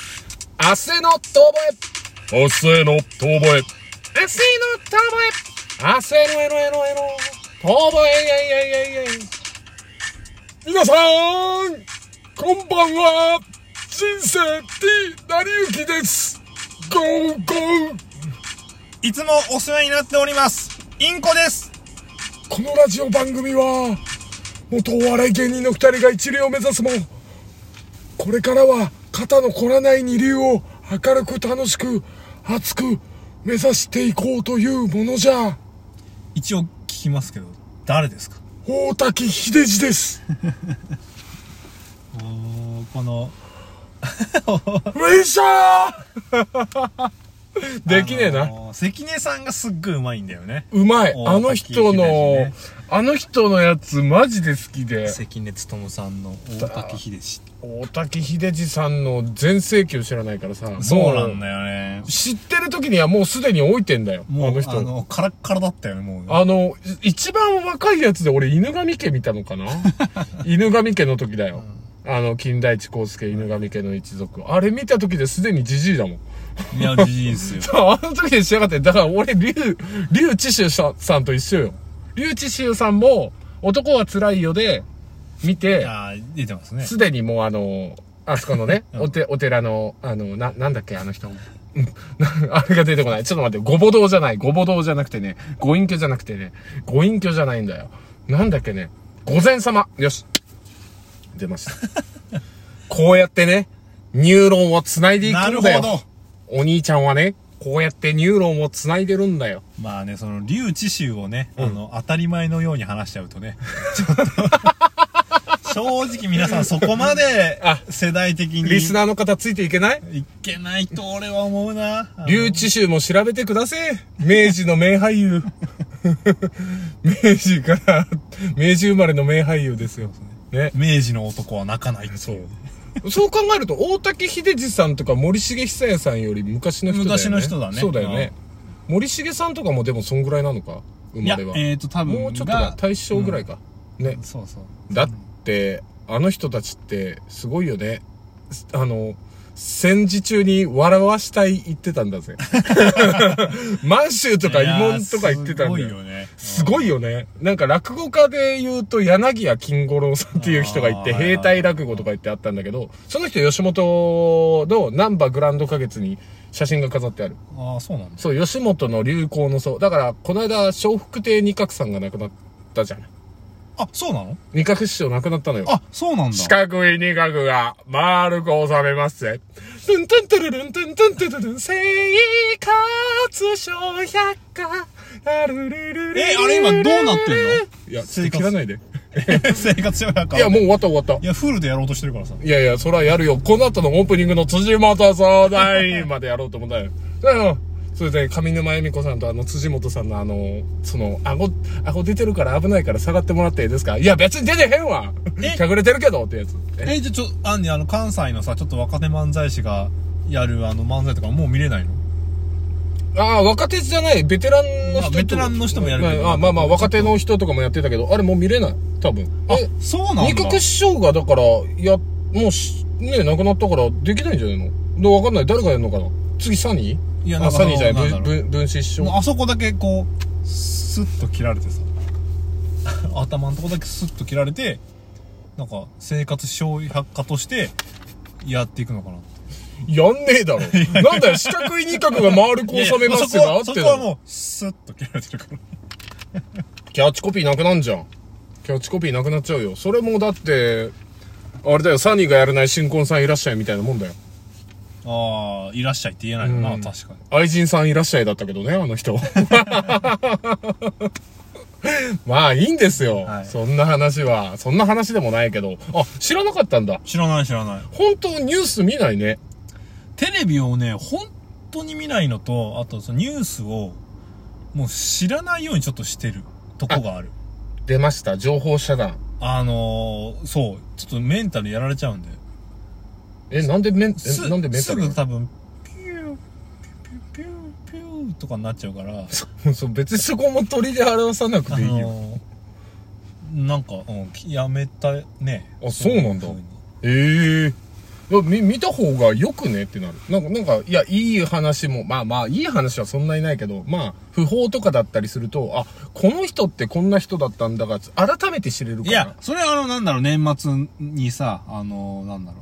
明日の遠吠え明日の遠吠え明日の遠吠え明日のえのえのえの遠吠えいやいやいやいや皆さんこんばんは人生 T なりゆきですゴーゴーいつもお世話になっております。インコです。このラジオ番組は元お笑い芸人の二人が一流を目指すもこれからは肩の凝らない二流を明るく楽しく熱く目指していこうというものじゃ一応聞きますけど、誰ですか大滝秀治ですおー、この、よいしょ ーできねえな、あのー関根さんがすっごいうまいんだよね。うまいあ大の滝人の、秀治ねあの人のやつマジで好きで関根勤さんの大滝秀氏。大滝秀治さんの全盛期を知らないからさそうなんもだよねう。知ってる時にはもうすでに老いてんだよもう、ああのの人カラッカラだったよね、もうね。あの、い一番若いやつで俺犬神家見たのか な犬神家の時だよ。あの、金田一耕助犬神家の一族。あれ見た時ですでにジジイだもん。いや、じじいですよ。あの時にしやがって、だから俺、竜、竜智秀ささんと一緒よ。竜智秀さんも、男は辛いよで、見て、 あー出てますね。すでにもうあの、あそこ のね、おて、お寺の、あの、な、なんだっけ、あの人。うん なあれが出てこない。ちょっと待って、ごぼ堂じゃない。ごぼ堂じゃなくてね、ご隠居じゃなくてね、ご隠居じゃないんだよ。なんだっけね、御前様。よし。出 ました。こうやってね、ニューロンを繋いでいくなるんほだよ。ど。お兄ちゃんはね、こうやってニューロンを繋いでるんだよ。まあね、その、竜知州をね、あの、当たり前のように話しちゃうと ね、ちょっと、正直皆さんそこまであ、世代的に。リスナーの方ついていけないいけないと俺は思うな。あの留置集も調べてください。明治の名俳優。 明治から、明治生まれの名俳優ですよ。ね。明治の男は泣かないってそ。いうそう考えると、大竹秀治さんとか森重久彌さんより昔の人だよね。昔の人だねそうだよね。森重さんとかもでもそんぐらいなのか生う。いや、まえれは。ーと、多分が。もうちょっとだ。大正ぐらいか。ねうん。。そうそう。だって、あの人たちってすごいよね。すあの、戦時中に笑わしたい言ってたんだ ぜ。満州とか慰問とか言ってたんだいやよ。ーすごいよね。すごいよね。なんか落語家で言うと柳家金五郎さんっていう人がいて、あー兵隊落語とか言ってあったんだけど、その人吉本の南波グランド花月に写真が飾ってある。うん。ああ、そうなんです。そう、吉本の流行の層。だから、この間、笑福亭二角さんが亡くなったじゃん。あ、そうなの二角師匠亡くなったのよ。あ、そうなんだ。 四角い二角が丸く収めますぜ。トゥントゥントゥルルントゥントゥントゥルルン、生活小百科。あるるるるえあれ今どうなってんのいや、ちょっと生活切らないで。生活用やかいら。や、もう終わった終わった。いや、フルでやろうとしてるからさ。いやいや、それはやるよ。この後のオープニングの辻元相談員までやろうと思ったよ。だよ。それで、上沼恵美子さんとあの、辻元さんのあの、その、顎、顎出てるから危ないから下がってもらっていいですかいや、別に出てへんわえ隠れてるけどってやつ。ええ、じゃあちょ、あんね、あの、関西のさ、ちょっと若手漫才師がやるあの漫才とかもう見れないのああ、若手じゃない、ベテランの人とあベテランの人もやるけどまあまあまあ、若手の人とかもやってたけど、あれもう見れない。多分。あえ、、そうなんだ。二角師匠がだから、や、もうし、ね、亡くなったからできないんじゃないので、わかんない。誰がやるのかな次、サニーいやなあ、んかサニーじゃなないんだ。ろう分、分分子師匠。あそこだけこうスッと切られてさ 頭のとこだけスッと切られてなんか生活小百科としてやっていくのかなやんねえだ ろ。なんだよ、四角い二角が丸く収めますがあっそてこはんそこはの。もうスッと切られてるからキャッチコピーなくなんじゃん。キャッチコピーなくなっちゃうよ。それもだって、あれだよ、サニーがやらない新婚さんいらっしゃいみたいなもんだよ。ああいらっしゃいって言えないよな、うん確かに愛人さんいらっしゃいだったけどね、あの人。 まあいいんですよ、はいそんな話は。そんな話でもないけど。あ、知らなかったんだ。知らない知らない本当ニュース見ないね。テレビをね本当に見ないのとあとそのニュースをもう知らないようにちょっとしてるとこがある出ました、情報遮断。あのー、そうちょっとメンタルやられちゃうんでえ、なんでめん、えすなんでメンタすルぐ多分ピューピューピューピューピューとかになっちゃうからなのそう、別にそこも鳥で表さなくあていいよ。のーなんか、うん、やめたねあそうなんだい風にええや見見た方がよくねってなる。なんか、なんか、いや、いい話も、まあまあ、いい話はそんなにないけど、まあ、不法とかだったりすると、あ、この人ってこんな人だったんだが、改めて知れるかいら。や、それはあの、なんだろう、年末にさ、あの、なんだろう。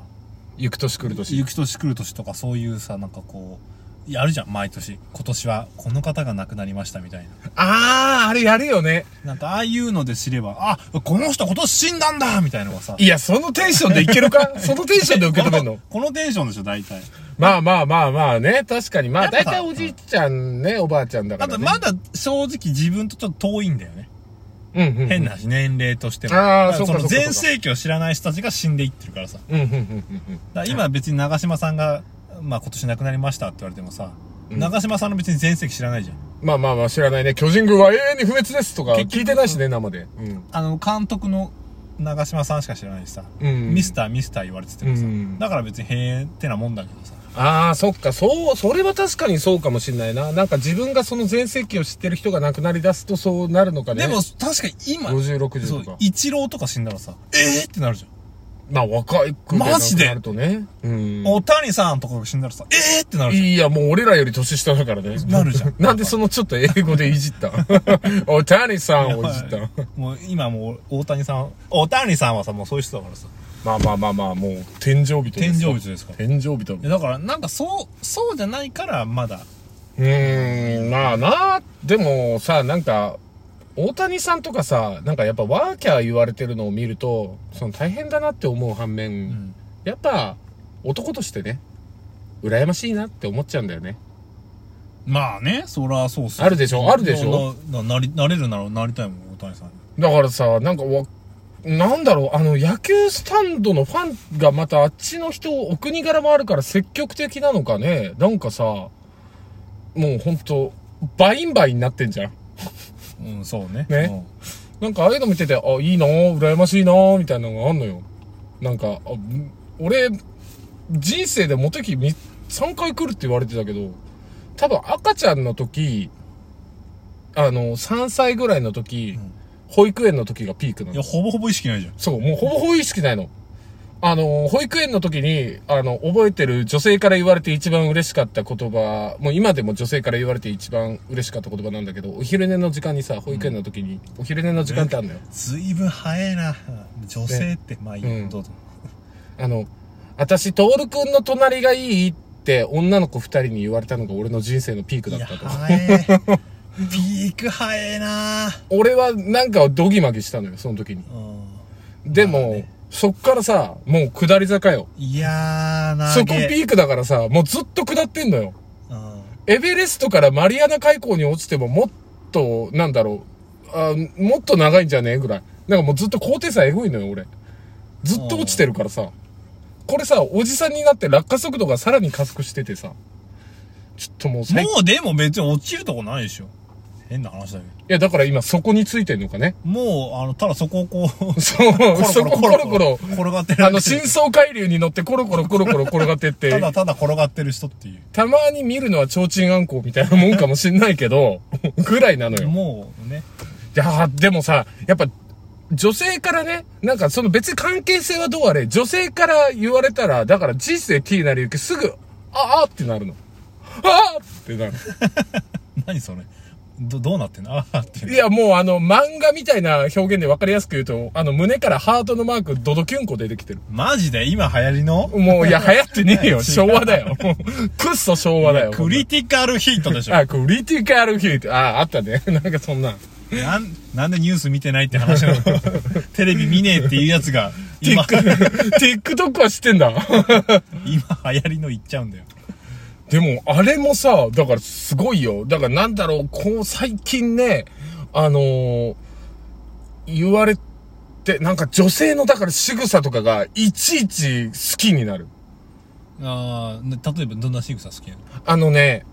行く年来る年。行く年来る年とかそういうさ、なんかこう、やるじゃん、毎年。今年はこの方が亡くなりましたみたいな。あー、あれやるよね。なんかああいうので知れば、あ、この人今年死んだんだみたいなのがさ。いや、そのテンションでいける かそのテンションで受け止めるのこのテンションでしょ、大体。まあまあまあまあね、確かに。まあ、やっぱだいさたいおじいちゃんね、おばあちゃんだかあら、と、ね。まだ正直自分とちょっと遠いんだよね。うんうんうん、変な話、年齢としても。あーだらそうかのそうかそうか全盛期を知らない人たちが死んでいってるからさ。うんうんうんうんだから今別に長島さんが、まあ今年亡くなりましたって言われてもさ、うん長島さんの別に全盛期知らないじゃん。うん。まあまあまあ知らないね。巨人軍は永遠に不滅ですとか結局聞いてないしね、生で。うん。あの、監督の長島さんしか知らないしさ、うんミスターミスター言われててもさ、うんだから別にへえってなもんだけどさ。ああ、そっか。そう、それは確かにそうかもしんないな。なんか自分がその全盛期を知ってる人が亡くなり出すとそうなるのかね。でも、確かに今、 50、60とそうか、。イチローとか死んだらさ、えーってなるじゃん。まあ若いくマジでなるとね。うん。お谷さんとかが死んだらさ、えーってなるじゃん。いや、もう俺らより年下だからね。なるじゃんなんでそのちょっと英語でいじった お谷さんをいじったやばいもう今もう大谷さん、大谷さんはさ、もうそういう人だからさ、まあまあまあまあ、もう天井人です。天井。人ですから。天井人。いやだからなんかそう、そうじゃないからまだ、うーん、まあな、でもさ、なんか、大谷さんとかさ、なんかやっぱワーキャー言われてるのを見ると、その大変だなって思う反面、うんやっぱ男としてね、羨ましいなって思っちゃうんだよね。まあね、そらそうっすよあるでしょあるでしょなななり、なれるならなりたいもん、大谷さんに。だからさ、なんかわ、なんだろう、あの野球スタンドのファンがまたあっちの人、お国柄もあるから積極的なのかね、なんかさ、もうほんと、バインバインになってんじゃん。うん、そうね。ねうんなんかああいうの見てて、あ、いいなぁ、羨ましいなぁ、みたいなのがあんのよ。なんか、あん俺、人生でモテ期み3回来るって言われてたけど、多分赤ちゃんの時、あの、3歳ぐらいの時、ん保育園の時がピークないのや、。ほぼほぼ意識ないじゃん。そう、もうほぼほぼ意識ないの。あの、保育園の時に、あの、覚えてる女性から言われて一番嬉しかった言葉、もう今でも女性から言われて一番嬉しかった言葉なんだけど、お昼寝の時間にさ、保育園の時に、お昼寝の時間ってあるのよ。ずいぶん早いな。女性って、まあいいよ、うんどうぞ。あの、私、トールくんの隣がいいって女の子二人に言われたのが俺の人生のピークだいっや、たと。早え。ピーク早えな。俺はなんかドギマギしたのよ、その時に。うん。でも、そっからさ、もう下り坂よ。いやー、なそこピークだからさ、もうずっと下ってんのよ。うん。エベレストからマリアナ海溝に落ちてももっと、なんだろう、あもっと長いんじゃねえぐらい。なんかもうずっと高低差エグいのよ、俺。ずっと落ちてるからさ。これさ、おじさんになって落下速度がさらに加速しててさ。ちょっともう最近もうでも別に落ちるとこないでしょ。変な話だけど。いや、だから今そこについてんのかね。 もう、あの、た だそこをこう、そう、そこコロコロ。転がってる。あの、深層海流に乗ってコロコロコロコロ 転がってって、たただただ転がってる人っていう。まに見るのは提灯あんこみたいなもんかもしんないけど、ぐらいなのよ。いもうね。やーでもさ、やっぱ、女性からね、なんかその別に関係性はどうあれ、女性から言われたら、だから人生 T なりゆきすぐ、ああってなるの。ああってなる。何それ。ど、どうなってんのああって。いや、もうあの、漫画みたいな表現で分かりやすく言うと、あの、胸からハートのマーク、ドドキュンコ出てきてる。マジで今流行りのもう、いや、流行ってねえ 違よ。う昭和だよ。くっそ昭和だよ。クリティカルヒートでしょ。あ、クリティカルヒート。あ、あったね。 なんかそんな。なん、なんでニュース見てないって話な のテレビ見ねえっていうやつが、今、 TikTok は知ってんだ。今流行りの言っちゃうんだよ。でも、あれもさ、だからすごいよ。だからなんだろう、こう最近ね、あのー言われて、なんか女性のだから仕草とかが、いちいち好きになる。ああ、例えばどんな仕草好きなのあのね、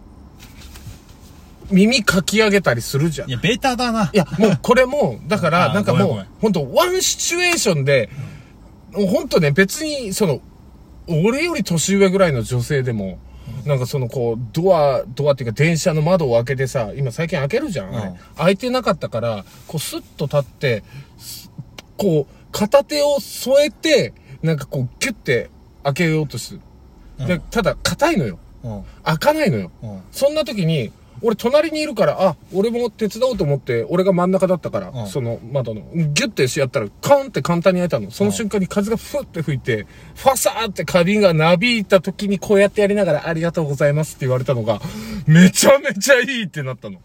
耳かき上げたりするじゃんい。や、ベタだな。いや、もうこれも、だかあら、ーなんかごめんごもめんう、ほんと、ワンシチュエーションで、もうほんとね、別に、その、俺より年上ぐらいの女性でも、なんかそのこう、ドア、ドアっていうか電車の窓を開けてさ、今最近開けるじゃん、あれうん開いてなかったから、こうスッと立って、すこう、片手を添えて、なんかこう、ギュって、開けようとする。うんで、ただ、硬いのよ。うん開かないのよ。うんそんな時に、俺隣にいるから、あ、俺も手伝おうと思って、俺が真ん中だったから、うんその窓の、ギュッてやったら、カーンって簡単に開いたの。その瞬間に風がふって吹いて、ファサーって花瓶がなびいた時にこうやってやりながら、ありがとうございますって言われたのが、めちゃめちゃいいってなった の。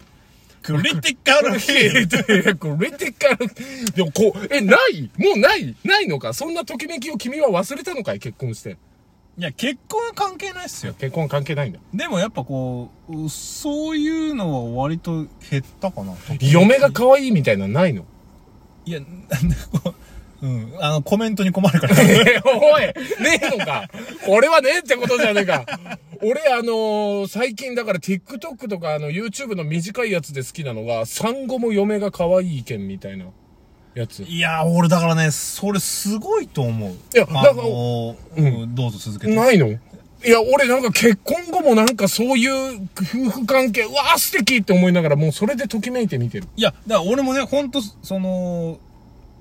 クリティカルヒールこれでかでもこう、え、ないもうないないのかそんなときめきを君は忘れたのかい結婚して。いや結婚は関係ないっすよ結婚関係ないんだ。でもやっぱこううそういうのは割と減ったかな嫁が可愛いみたいなのないのい やなんでこううんあのコメントに困るからえおいねえのか俺はねえってことじゃねえか俺あのー最近だから TikTok とかあの YouTube の短いやつで好きなのが、産後も嫁が可愛い意見みたいなやつ。 いや俺だからねそれすごいと思ういやあだからのうんどうぞ続けてないのいや、俺なんか結婚後もなんかそういう夫婦関係、うわあ素敵って思いながらもうそれでときめいて見てる。いや、だから俺もね、ほんと、その、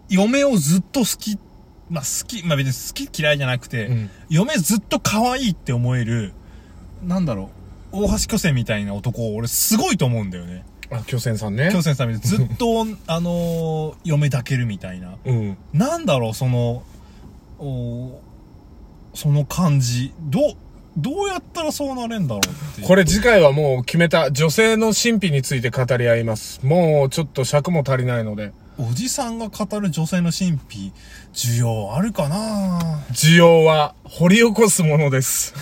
嫁をずっと好き、まあ好き、まあ別に好き嫌いじゃなくて、うん嫁ずっと可愛いって思える、なんだろう、大橋巨泉みたいな男を俺すごいと思うんだよね。あ、巨泉さんね巨。泉さんみたいにずっと、あのー嫁抱けるみたいな。うん。なんだろう、その、おその感じ。どう、どうやったらそうなれんだろうっていう。これ次回はもう決めた女性の神秘について語り合います。もうちょっと尺も足りないので。おじさんが語る女性の神秘、需要あるかな需要は掘り起こすものです。